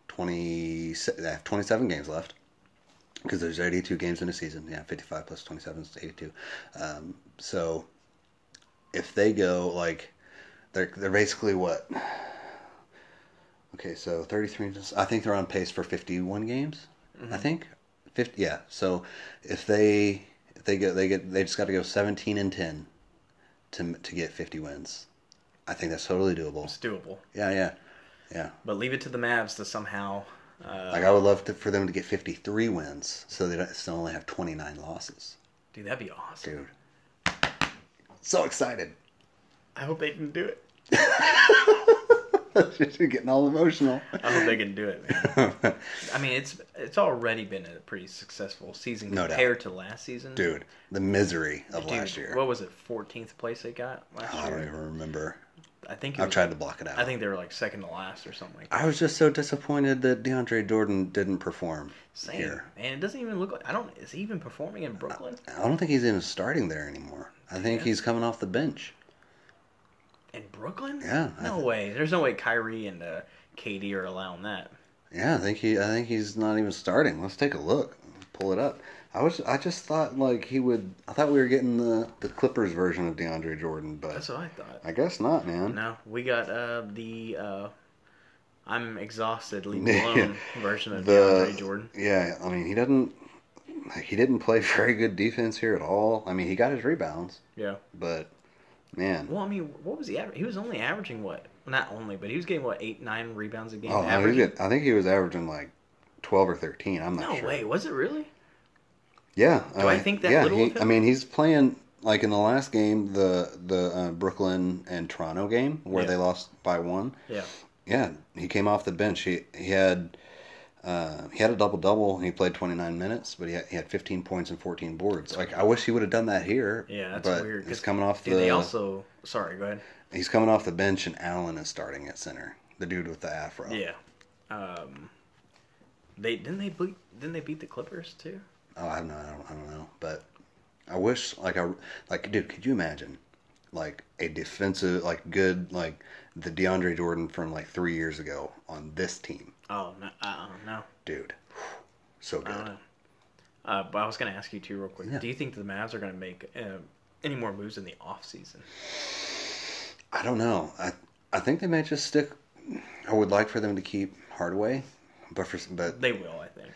S2: twenty. They have twenty-seven games left because there's eighty-two games in a season. Yeah, fifty-five plus twenty-seven is eighty-two. Um, so if they go like, they're they're basically what? Okay, so thirty-three. I think they're on pace for fifty-one games. I think fifty. Yeah. So if they if they get they get they just got to go seventeen and ten to to get fifty wins. I think that's totally doable.
S1: It's doable.
S2: Yeah, yeah, yeah.
S1: But leave it to the Mavs to somehow. Uh,
S2: Like I would love to, for them to get 53 wins, so they don't, still only have 29 losses,
S1: dude, that'd be awesome.
S2: dude. So excited!
S1: I hope they can do it.
S2: You're getting all emotional.
S1: I hope they can do it, man. I mean, it's it's already been a pretty successful season
S2: No doubt.
S1: compared to last season.
S2: dude, the misery of
S1: Dude,
S2: last year.
S1: What was it, 14th place they got last
S2: I
S1: year?
S2: don't even remember.
S1: I think it
S2: I've
S1: was-
S2: tried to block it out.
S1: I think they were like second to last or something like that.
S2: I was just so disappointed that DeAndre Jordan didn't perform
S1: Same.
S2: here.
S1: And it doesn't even look like. I don't. Is he even performing in Brooklyn?
S2: I don't think he's even starting there anymore. I think
S1: Yeah.
S2: he's coming off the bench.
S1: In Brooklyn?
S2: Yeah, I
S1: No
S2: th-
S1: way. There's no way Kyrie and uh, KD are allowing that.
S2: Yeah, I think he. I think he's not even starting. Let's take a look. Pull it up. I was. I just thought like he would. I thought we were getting the the Clippers version of DeAndre Jordan,
S1: That's
S2: but
S1: what I thought.
S2: I guess not, man.
S1: No, we got uh, the uh, I'm exhausted, leave me alone version of DeAndre Jordan.
S2: Yeah, I mean he doesn't. Like, he didn't play very good defense here at all. I mean he got his rebounds,
S1: Yeah.
S2: but man,
S1: Well, I mean, what was he? Aver- he was only averaging what? Not only, but he was getting what eight, nine rebounds a game.
S2: oh, I, mean,
S1: average.
S2: he was- I think he was averaging like twelve or thirteen. I'm not
S1: no
S2: sure.
S1: way. Was it really?
S2: Yeah.
S1: Do I think that
S2: yeah,
S1: little
S2: he,
S1: of him?
S2: I mean, he's playing like in the last game, the the uh, Brooklyn and Toronto game where
S1: Yeah.
S2: they lost by one.
S1: Yeah.
S2: Yeah, he came off the bench. He he had Uh, he had a double double and he played 29 minutes, but he had, he had 15 points and 14 boards. Like I wish he would have done that here.
S1: Yeah, that's
S2: but
S1: weird, 'cause
S2: He's coming off the.
S1: Dude, they also. Sorry, go ahead.
S2: He's coming off the bench and Allen is starting at center. The dude with the afro.
S1: Yeah. Um, they didn't they beat didn't they beat the Clippers too?
S2: Oh, I don't know. I don't, I don't know. But I wish, like, I like, dude, could you imagine, like, a defensive, like, good, like, the DeAndre Jordan from like three years ago on this team,
S1: Oh no, uh, no,
S2: dude, so
S1: I don't
S2: good.
S1: know. Uh, but I was going to ask you too, real quick.
S2: Yeah.
S1: Do you think the Mavs are going to make uh, any more moves in the off season?
S2: I don't know. I I think they may just stick. I would like for them to keep Hardaway, but for but
S1: They will, I think.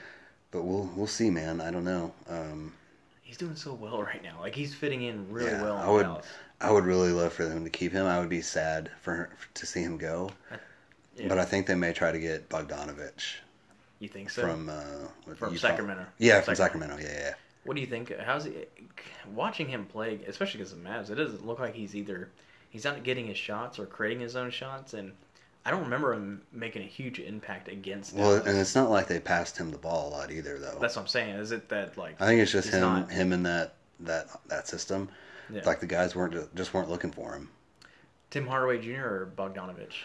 S2: but we'll we'll see, man. I don't know. Um,
S1: He's doing so well right now. Like he's fitting in really
S2: Yeah,
S1: well.
S2: I
S1: in
S2: would-
S1: Dallas.
S2: I would really love for them to keep him. I would be sad for to see him go,
S1: Yeah.
S2: but I think they may try to get Bogdanovich
S1: You think so?
S2: from uh, what-
S1: From
S2: Utah.
S1: Sacramento.
S2: Yeah, from Sacramento. Yeah, yeah.
S1: What do you think? How's he? Watching him play, especially against the Mavs, it doesn't look like he's either he's not getting his shots or creating his own shots, and I don't remember him making a huge impact against.
S2: Well,
S1: Dallas.
S2: and it's not like they passed him the ball a lot either, though.
S1: That's what I'm saying. Is it that like?
S2: I think it's just
S1: He's
S2: him,
S1: not-
S2: him in that that that system.
S1: Yeah.
S2: Like the guys weren't ju- just weren't looking for him.
S1: Tim Hardaway Jr. or Bogdanovich?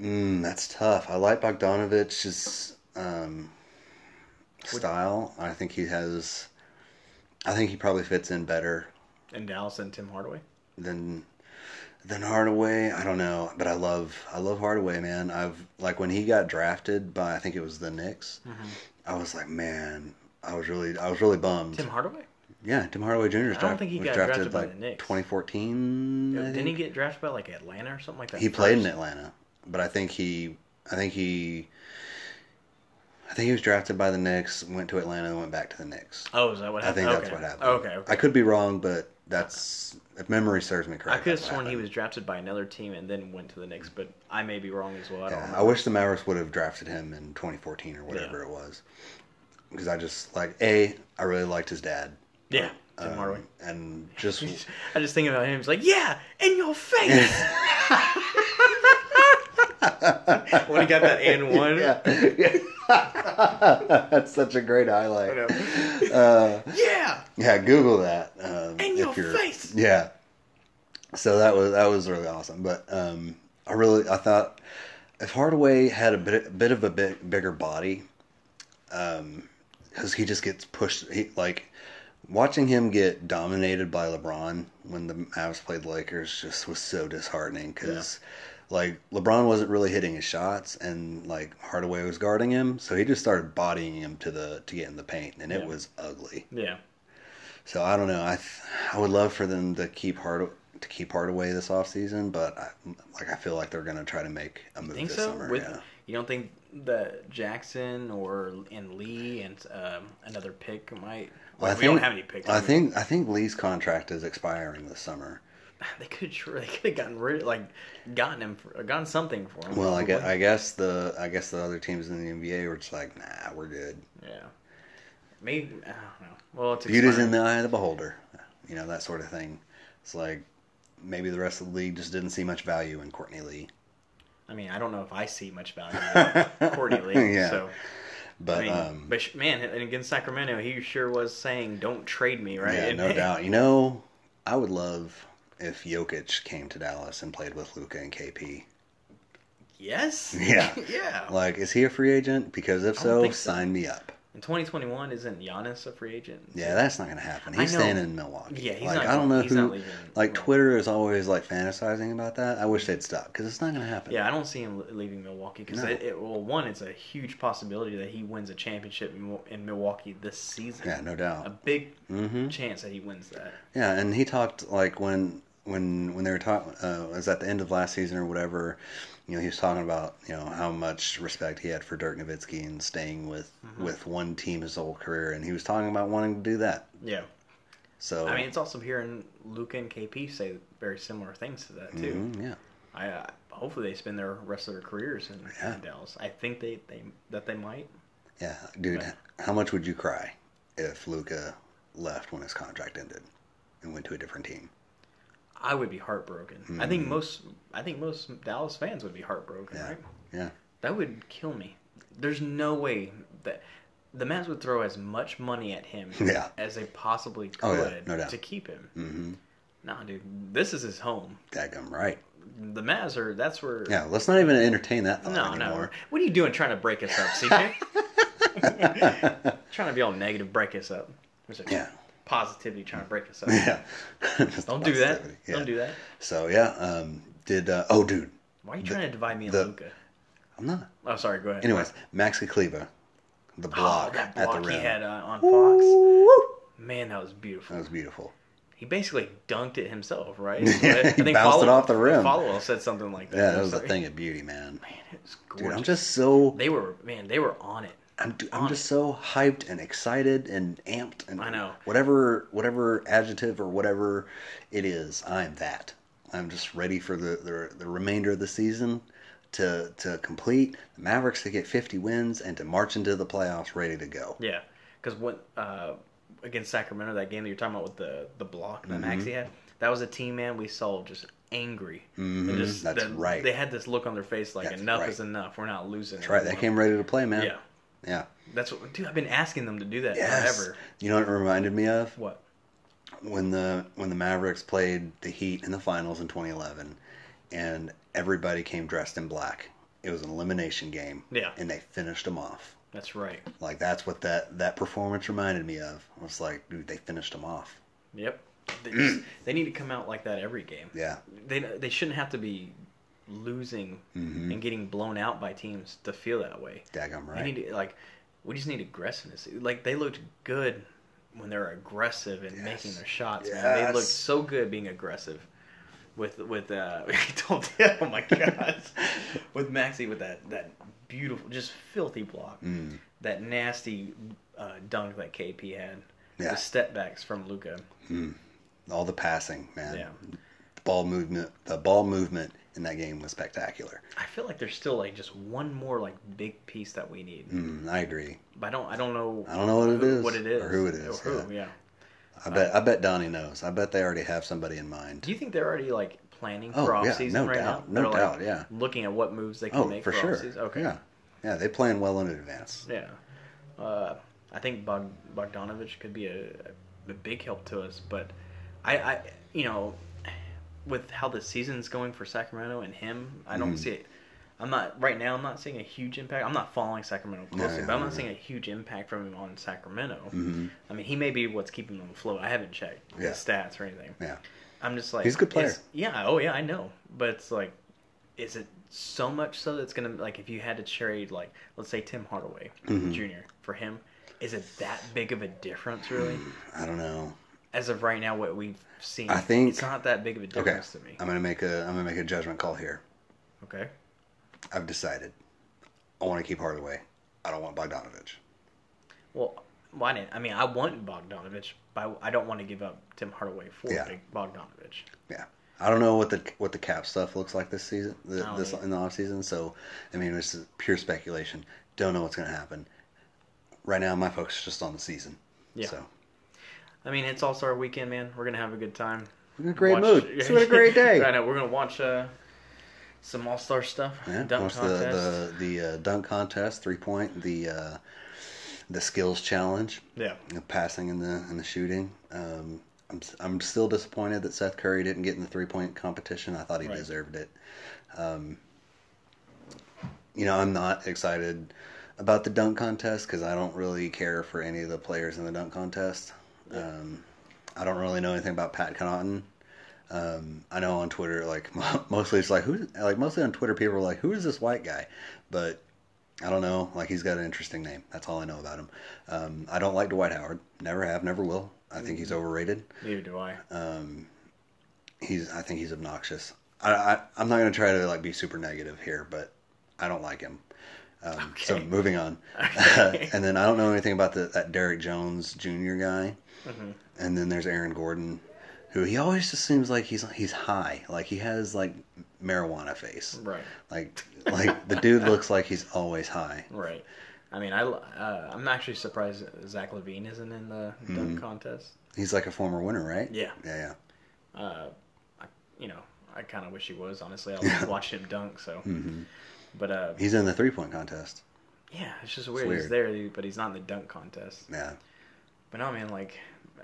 S2: Mm, that's tough. I like Bogdanovich's um, style. I think he has. I think he probably fits in better
S1: In Dallas and Tim Hardaway?
S2: than than Hardaway. I don't know, but I love I love Hardaway, man. I've like when he got drafted by I think it was the Knicks. I was like, man, I was really I was really bummed.
S1: Tim Hardaway?
S2: yeah, Tim Hardaway Jr. was
S1: I don't
S2: draft-
S1: think he
S2: was
S1: got
S2: drafted,
S1: drafted by
S2: like
S1: the Knicks.
S2: 2014. I
S1: Didn't he
S2: think.
S1: get drafted by like Atlanta or something like that?
S2: He played in
S1: first?
S2: Atlanta, but I think he I think he I think he was drafted by the Knicks, went to Atlanta, and went back to the Knicks.
S1: Oh, is that what
S2: I
S1: happened?
S2: think that's
S1: Okay.
S2: what happened.
S1: Okay, okay.
S2: I could be wrong, but that's if memory serves me correct.
S1: I could have
S2: that's what
S1: sworn he
S2: happened.
S1: was drafted by another team and then went to the Knicks, but I may be wrong as well. I don't
S2: Yeah,
S1: know.
S2: I wish the Mavericks would have drafted him in 2014 or whatever it was, because I just like a I really liked his dad,
S1: yeah, Tim
S2: um,
S1: Hardaway.
S2: and just
S1: I just think about him. He's like, yeah, in your face. when he got that and one,
S2: yeah, that's such a great
S1: I know.
S2: highlight. Uh,
S1: yeah,
S2: yeah, Google that. Um,
S1: In
S2: if
S1: your
S2: you're-
S1: face.
S2: Yeah. So that was that was really awesome, but um, I really I thought if Hardaway had a bit bit of a bit bigger body, um, because he just gets pushed. He like watching him get dominated by LeBron when the Mavs played the Lakers just was so disheartening because like LeBron wasn't really hitting his shots and like Hardaway was guarding him, so he just started bodying him to the to get in the paint, and
S1: Yeah.
S2: it was ugly.
S1: yeah.
S2: So I don't know. I th- I would love for them to keep hard to keep Hardaway this offseason, but I, like I feel like they're gonna try to make a move
S1: Think
S2: this
S1: so?
S2: summer.
S1: With
S2: yeah.
S1: you don't think that Jackson or and Lee and um, another pick might?
S2: Well,
S1: we don't have any picks.
S2: I
S1: mean,
S2: think I think Lee's contract is expiring this summer.
S1: they could sure they could have gotten rid like gotten him for, gotten something for him.
S2: Well, I guess,
S1: probably.
S2: I guess the I guess the other teams in the NBA were just like, nah, we're good.
S1: yeah. Maybe I don't know. Well, it's
S2: Beauty's in
S1: expiring.
S2: the eye of the beholder, you know that sort of thing. It's like maybe the rest of the league just didn't see much value in Courtney Lee.
S1: I mean, I don't know if I see much value in Courtney Lee.
S2: Yeah.
S1: So
S2: But
S1: I mean,
S2: um,
S1: but sh- man, and against Sacramento, he sure was saying, "Don't trade me," right?
S2: Yeah,
S1: And-
S2: no doubt. You know, I would love if Jokic came to Dallas and played with Luca and KP.
S1: Yes.
S2: Yeah.
S1: yeah.
S2: Like, is he a free agent? Because if
S1: I don't
S2: so,
S1: think so.
S2: sign me up.
S1: In 2021, isn't Giannis a free agent?
S2: Yeah, that's not going to happen.
S1: I
S2: He's
S1: know.
S2: staying in Milwaukee.
S1: Yeah, he's
S2: like,
S1: not
S2: I don't know
S1: he's
S2: who.
S1: not leaving.
S2: like, Twitter is always like fantasizing about that. I wish they'd stop because it's not going to happen.
S1: Yeah, I don't see him leaving Milwaukee because
S2: No.
S1: it, it- well, one, it's a huge possibility that he wins a championship in, Mil- in Milwaukee this season.
S2: Yeah, no
S1: A
S2: doubt.
S1: big
S2: Mm-hmm.
S1: chance that he wins that.
S2: Yeah, and he talked like when when when they were talking uh, it was at the end of last season or whatever. You know, he was talking about you know how much respect he had for Dirk Nowitzki and staying with
S1: Mm-hmm.
S2: with one team his whole career, and he was talking about wanting to do that.
S1: Yeah,
S2: So
S1: I mean, it's also hearing Luca and KP say very similar things to that too.
S2: mhm, yeah,
S1: I uh, hopefully they spend their rest of their careers in,
S2: Yeah.
S1: in Dallas. I think they, they that they might.
S2: yeah, dude,
S1: Right.
S2: how much would you cry if Luca left when his contract ended and went to a different team?
S1: I would be heartbroken. I think most I think most Dallas fans would be heartbroken.
S2: Mm. Yeah.
S1: Right?
S2: Yeah,
S1: That would kill me. There's no way that the Mets would throw as much money at him
S2: Yeah.
S1: as they possibly could
S2: Oh, yeah, no doubt.
S1: to keep him.
S2: Mm-hmm.
S1: Nah, dude, this is his home.
S2: Daggum right.
S1: The Mets are that's where.
S2: Yeah, let's not even entertain that thought
S1: No, no.
S2: anymore.
S1: What are you doing trying to break us up, CJ? trying to be all negative, break us up. There's a
S2: Yeah.
S1: Positivity trying to break us up.
S2: Yeah. Just
S1: Don't do that.
S2: positivity. Yeah.
S1: Don't do that.
S2: So yeah, um, did uh, oh dude,
S1: Why are you
S2: The-
S1: trying to divide me and
S2: the-
S1: Luca?
S2: I'm not.
S1: Oh, sorry. Go ahead.
S2: Anyways, Max Kleba, the block,
S1: oh, that
S2: at
S1: block
S2: the rim.
S1: he had uh, on Fox.
S2: Woo!
S1: Man, that was
S2: That
S1: beautiful.
S2: was beautiful.
S1: He basically dunked it himself, right?
S2: Yeah,
S1: I
S2: he
S1: think
S2: bounced it
S1: Follow-
S2: off the rim.
S1: Follow said something like that.
S2: Yeah, that was a
S1: Sorry.
S2: thing of beauty, man.
S1: Man, it was gorgeous.
S2: Dude, I'm just so
S1: They were man. They were on it.
S2: I'm, d- I'm
S1: on
S2: just so hyped and excited and amped and
S1: I know.
S2: whatever whatever adjective or whatever it is, I'm that. I'm just ready for the, the the remainder of the season to to complete the Mavericks to get 50 wins and to march into the playoffs ready to go.
S1: Yeah, because what uh, against Sacramento that game that you're talking about with the the block that
S2: Mm-hmm.
S1: Maxi had, that was a team man we saw just angry. And
S2: Mhm,
S1: just-
S2: that's
S1: the-
S2: right.
S1: They had this look on their face like
S2: That's
S1: enough
S2: right.
S1: is enough. We're not losing.
S2: That's right. They came ready to play, man.
S1: Yeah,
S2: Yeah.
S1: that's what dude. I've been asking them to do that
S2: Yes.
S1: forever.
S2: You know what it reminded me of?
S1: What?
S2: when the when the Mavericks played the Heat in the finals in 2011, and everybody came dressed in black. It was an elimination game.
S1: Yeah.
S2: and they finished them off.
S1: That's right.
S2: Like that's what that that performance reminded me of. I was like, dude, they finished them off.
S1: Yep. They, just- they need to come out like that every game.
S2: Yeah,
S1: They they shouldn't have to be losing and getting blown out by teams to feel that way.
S2: daggum
S1: We
S2: Mm-hmm. right.
S1: need to, like we just need aggressiveness. Like they looked good when they're aggressive and making
S2: Yes.
S1: their shots. Man, they looked
S2: Yes.
S1: so good being aggressive. With with uh, I told you, oh my god, with Maxi with that that beautiful, just filthy block,
S2: Mm.
S1: that nasty uh, dunk that KP had,
S2: Yeah.
S1: the step backs from Luca.
S2: All the passing, man.
S1: Yeah.
S2: The ball movement, the ball movement in that game was spectacular.
S1: I feel like there's still like just one more like big piece that we need,
S2: Mm, I agree.
S1: but I don't I don't know
S2: I don't know what it
S1: who-
S2: is
S1: what it is
S2: or who it is,
S1: who, yeah.
S2: I bet I bet Donnie knows. I bet they already have somebody in mind.
S1: Do you think they're already like planning
S2: Oh,
S1: for off
S2: yeah,
S1: season
S2: no
S1: right
S2: doubt,
S1: now?
S2: no
S1: They're, like,
S2: doubt, yeah.
S1: Looking at what moves they can
S2: Oh,
S1: make
S2: for
S1: for,
S2: sure.
S1: offseason. Okay.
S2: Yeah, yeah, they plan well in advance.
S1: Yeah. Uh, I think Bog- Bogdanovich could be a, a big help to us, but I, I, you know, with how the season's going for Sacramento and him, I
S2: Mm-hmm.
S1: don't see it. I'm not right now. I'm not seeing a huge impact. I'm not following Sacramento closely,
S2: yeah,
S1: but I'm not
S2: yeah, yeah. Mm-hmm.
S1: seeing a huge impact from him on Sacramento. I mean, he may be what's keeping them afloat. I haven't checked
S2: Yeah.
S1: his stats or anything.
S2: Yeah.
S1: I'm just like
S2: He's a good player.
S1: it's- Yeah. Oh yeah, I know. But it's like, is it so much so that it's gonna like if you had to trade like let's say Tim Hardaway
S2: Mm-hmm.
S1: Jr. for him, is it that big of a difference really?
S2: Mm, I don't know.
S1: As of right now, what we've seen,
S2: I think-
S1: it's not that big of a
S2: Okay,
S1: difference to me.
S2: I'm gonna make a I'm gonna make a judgment call here.
S1: Okay.
S2: I've decided. I want to keep Hardaway. I don't want Bogdanovich.
S1: Well, why didn't I mean I want Bogdanovich, but I don't want to give up Tim Hardaway for
S2: Yeah.
S1: Big Bogdanovich.
S2: Yeah, I don't know what the what the cap stuff looks like this season, the,
S1: don't
S2: this
S1: either.
S2: in the off season. So, I mean, this is pure speculation. Don't know what's gonna happen. Right now, my focus is just on the season.
S1: Yeah.
S2: So
S1: I mean, it's All Star Weekend, man. We're gonna have a good time.
S2: We're in a great
S1: Watch-
S2: mood. It's been a great day.
S1: I know. We're gonna watch uh, some All Star stuff.
S2: Yeah,
S1: dunk
S2: watch
S1: contest.
S2: the the the uh, dunk contest, three point, the uh, the skills challenge.
S1: Yeah.
S2: the passing and the and the shooting. Um, I'm I'm still disappointed that Seth Curry didn't get in the three point competition. I thought he
S1: Right.
S2: deserved it. Um, you know, I'm not excited about the dunk contest because I don't really care for any of the players in the dunk contest. Um, I don't really know anything about Pat Connaughton. Um, I know on Twitter, like mostly it's like who, like mostly on Twitter, people are like, "Who is this white guy?" But I don't know. Like he's got an interesting name. That's all I know about him. Um, I don't like Dwight Howard. Never have. Never will. I think
S1: Mm-hmm.
S2: he's overrated. Um,
S1: Neither do I.
S2: He's. I think he's obnoxious. I, I I'm not gonna try to like be super negative here, but I don't like him. Um, So
S1: Okay.
S2: moving on.
S1: Okay.
S2: and then I don't know anything about the, that Derek Jones Jr. guy.
S1: Mm-hmm,
S2: And then there's Aaron Gordon, who he always just seems like he's he's high. Like he has like marijuana face.
S1: right.
S2: Like like the dude looks like he's always high.
S1: Right. I mean, I uh, I'm actually surprised Zach Levine isn't in the
S2: Hmm.
S1: dunk contest.
S2: He's like a former winner, right?
S1: Yeah.
S2: Yeah, yeah.
S1: Uh, I, you know, I kind
S2: Mm-hmm.
S1: of wish he was. Honestly, I watched him dunk. So, but uh,
S2: He's in the three point contest.
S1: Yeah, it's just weird. He's
S2: weird.
S1: there, but he's not in the dunk contest.
S2: Yeah.
S1: But no, man, like, uh,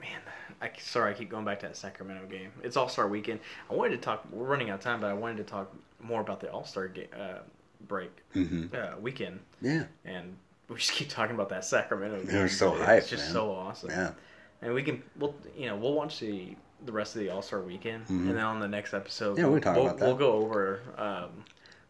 S1: man, I, sorry, I keep going back to that Sacramento game. It's All Star Weekend. I wanted to talk. We're running out of time, but I wanted to talk more about the All Star game uh, break
S2: hmm
S1: uh, weekend,
S2: Yeah.
S1: and we just keep talking about that Sacramento. game.
S2: They're so
S1: It's
S2: hyped,
S1: just
S2: man.
S1: so awesome.
S2: Yeah.
S1: And we can, we'll, you know, we'll watch the the rest of the All Star Weekend,
S2: Mhm.
S1: and then on the next episode,
S2: Yeah, we can talk
S1: will
S2: about that.
S1: we'll go over um,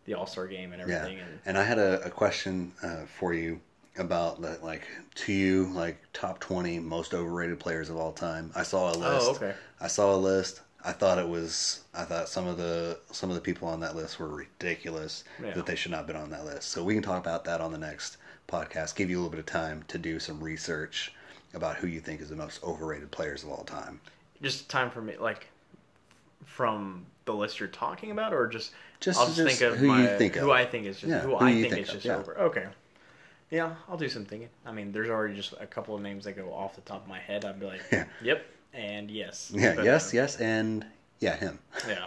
S1: the All Star game and
S2: Yeah.
S1: everything. And
S2: And I had a, a question uh, for you about the, like to you like top 20 most overrated players of all time. I saw a list.
S1: oh, okay.
S2: I saw a list. I thought it was. I thought some of the some of the people on that list were ridiculous.
S1: Yeah.
S2: That they should not have been on that list. So we can talk about that on the next podcast. Give you a little bit of time to do some research about who you think is the most overrated players of all time.
S1: just time for me like from the list you're talking about or just
S2: Just-
S1: I'll just,
S2: just
S1: think of
S2: who you
S1: my,
S2: think
S1: who
S2: of.
S1: I think is just
S2: Yeah,
S1: who,
S2: who
S1: I
S2: you
S1: think,
S2: think
S1: is
S2: of,
S1: just
S2: yeah.
S1: over. Okay. Yeah, I'll do some thinking. I mean, there's already just a couple of names that go off the top of my head. I'd be like,
S2: Yeah.
S1: "Yep," and yes.
S2: Yeah.
S1: But,
S2: yes.
S1: uh,
S2: Yes. And yeah. Him.
S1: Yeah.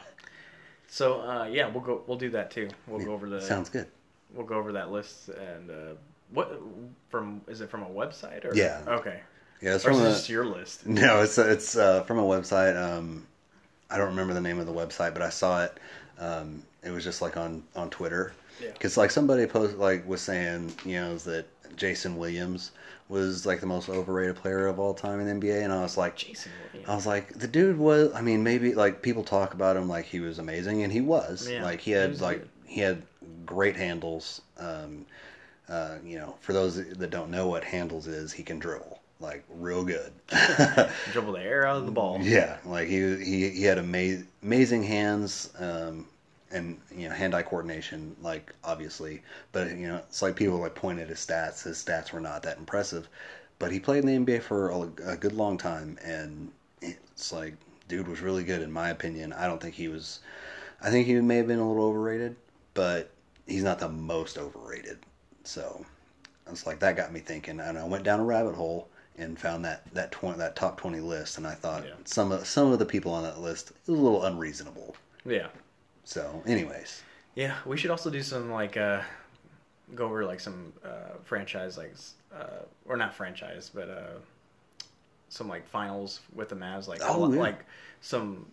S1: So, uh, yeah, we'll go. We'll do that too. We'll go over the.
S2: Sounds good.
S1: We'll go over that list and uh, what from is it from a website or
S2: Yeah.
S1: okay
S2: Yeah. It's
S1: or
S2: from
S1: is it
S2: a-
S1: just your list?
S2: No, it's it's uh, from a website. Um, I don't remember the name of the website, but I saw it. Um, it was just like on on Twitter,
S1: Yeah.
S2: because like somebody post like was saying, you know, that Jason Williams was like the most overrated player of all time in the NBA, and I was like,
S1: Jason
S2: I
S1: Williams.
S2: was like, the dude was. I mean, maybe like people talk about him like he was amazing, and he was.
S1: Yeah,
S2: like he
S1: he
S2: had
S1: was
S2: like
S1: good.
S2: he had great handles. Um, uh, you know, for those that don't know what handles is, he can dribble like real good.
S1: Dribble the air out of the ball.
S2: Yeah, like he he, he had ama- amazing hands um, and you know hand eye coordination, like obviously. But you know, it's like people like pointed his stats. His stats were not that impressive, but he played in the NBA for a, a good long time, and it's like dude was really good in my opinion. I don't think he was. I think he may have been a little overrated, but he's not the most overrated. So it's like that got me thinking, and I went down a rabbit hole and found that that twenty that top twenty list, and I thought
S1: Yeah.
S2: some of some of the people on that list it was a little unreasonable.
S1: Yeah.
S2: So, anyways,
S1: Yeah, we should also do some like uh, go over like some uh, franchise like s- uh, or not franchise, but uh, some like finals with the Mavs, like a
S2: Oh,
S1: lot-
S2: yeah.
S1: like some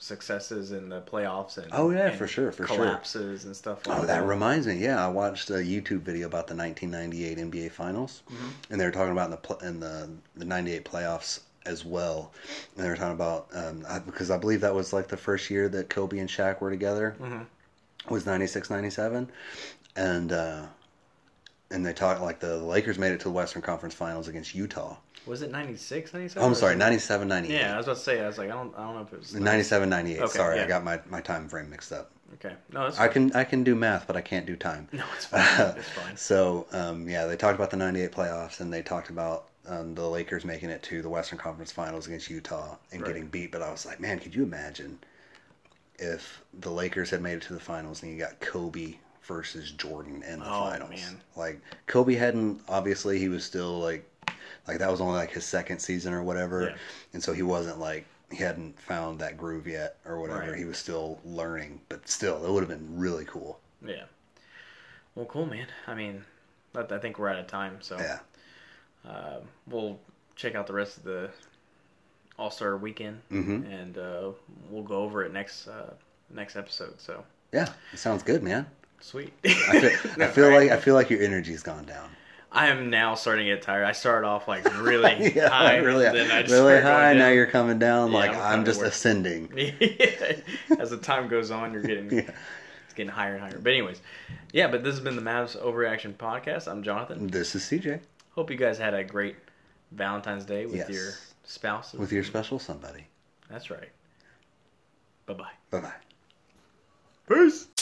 S1: successes in the playoffs and
S2: Oh, yeah,
S1: and
S2: for sure, for sure.
S1: collapses and stuff. Like
S2: oh, that reminds me, yeah, I watched a YouTube video about the 1998 NBA Finals, and they were talking about in the pl- in the the 98 playoffs as well, and they were talking about um, I, because I believe that was like the first year that Kobe and Shaq were together.
S1: Mhm.
S2: was 96 97 and uh and they talk like the Lakers made it to the Western Conference Finals against Utah.
S1: was it 96, 97?
S2: Oh, I'm sorry, 97 98.
S1: Yeah, I was about to say. I was like, I don't, I don't know if it was
S2: 97 98.
S1: Okay,
S2: sorry,
S1: yeah.
S2: I got my my time frame mixed up.
S1: Okay, no, it's
S2: I can I can do math, but I can't do time.
S1: no, it's fine. It's fine.
S2: So um, yeah, they talked about the '98 playoffs, and they talked about um, the Lakers making it to the Western Conference Finals against Utah and
S1: Right.
S2: getting beat. But I was like, man, could you imagine if the Lakers had made it to the finals and you got Kobe versus Jordan in the
S1: Oh,
S2: finals?
S1: man.
S2: Like Kobe hadn't obviously he was still like like that was only like his second season or whatever,
S1: Yeah.
S2: and so he wasn't like. He hadn't found that groove yet, or whatever.
S1: Right.
S2: He was still learning, but still, it would have been really cool.
S1: Yeah. Well, cool, man. I mean, I I think we're out of time, so.
S2: Yeah.
S1: uh, we'll check out the rest of the All Star Weekend,
S2: hmm
S1: and uh, we'll go over it next uh, next episode. So
S2: Yeah, it sounds good, man.
S1: sweet.
S2: I feel, I feel like I feel like your energy's gone down.
S1: I am now starting to get tired. I started off like really
S2: yeah,
S1: high,
S2: really,
S1: then I just
S2: really
S1: started
S2: high.
S1: going
S2: Now
S1: down.
S2: you're coming down
S1: Yeah,
S2: like
S1: I'm
S2: I'm,
S1: kinda
S2: just
S1: worried.
S2: ascending.
S1: as the time goes on, you're getting
S2: Yeah.
S1: it's getting higher and higher. But anyways, yeah. But this has been the Mavs Overreaction Podcast. I'm Jonathan.
S2: This is CJ
S1: Hope you guys had a great Valentine's Day with
S2: Yes.
S1: your spouse.
S2: with your special somebody.
S1: That's right. Bye bye.
S2: Bye bye.
S1: Peace.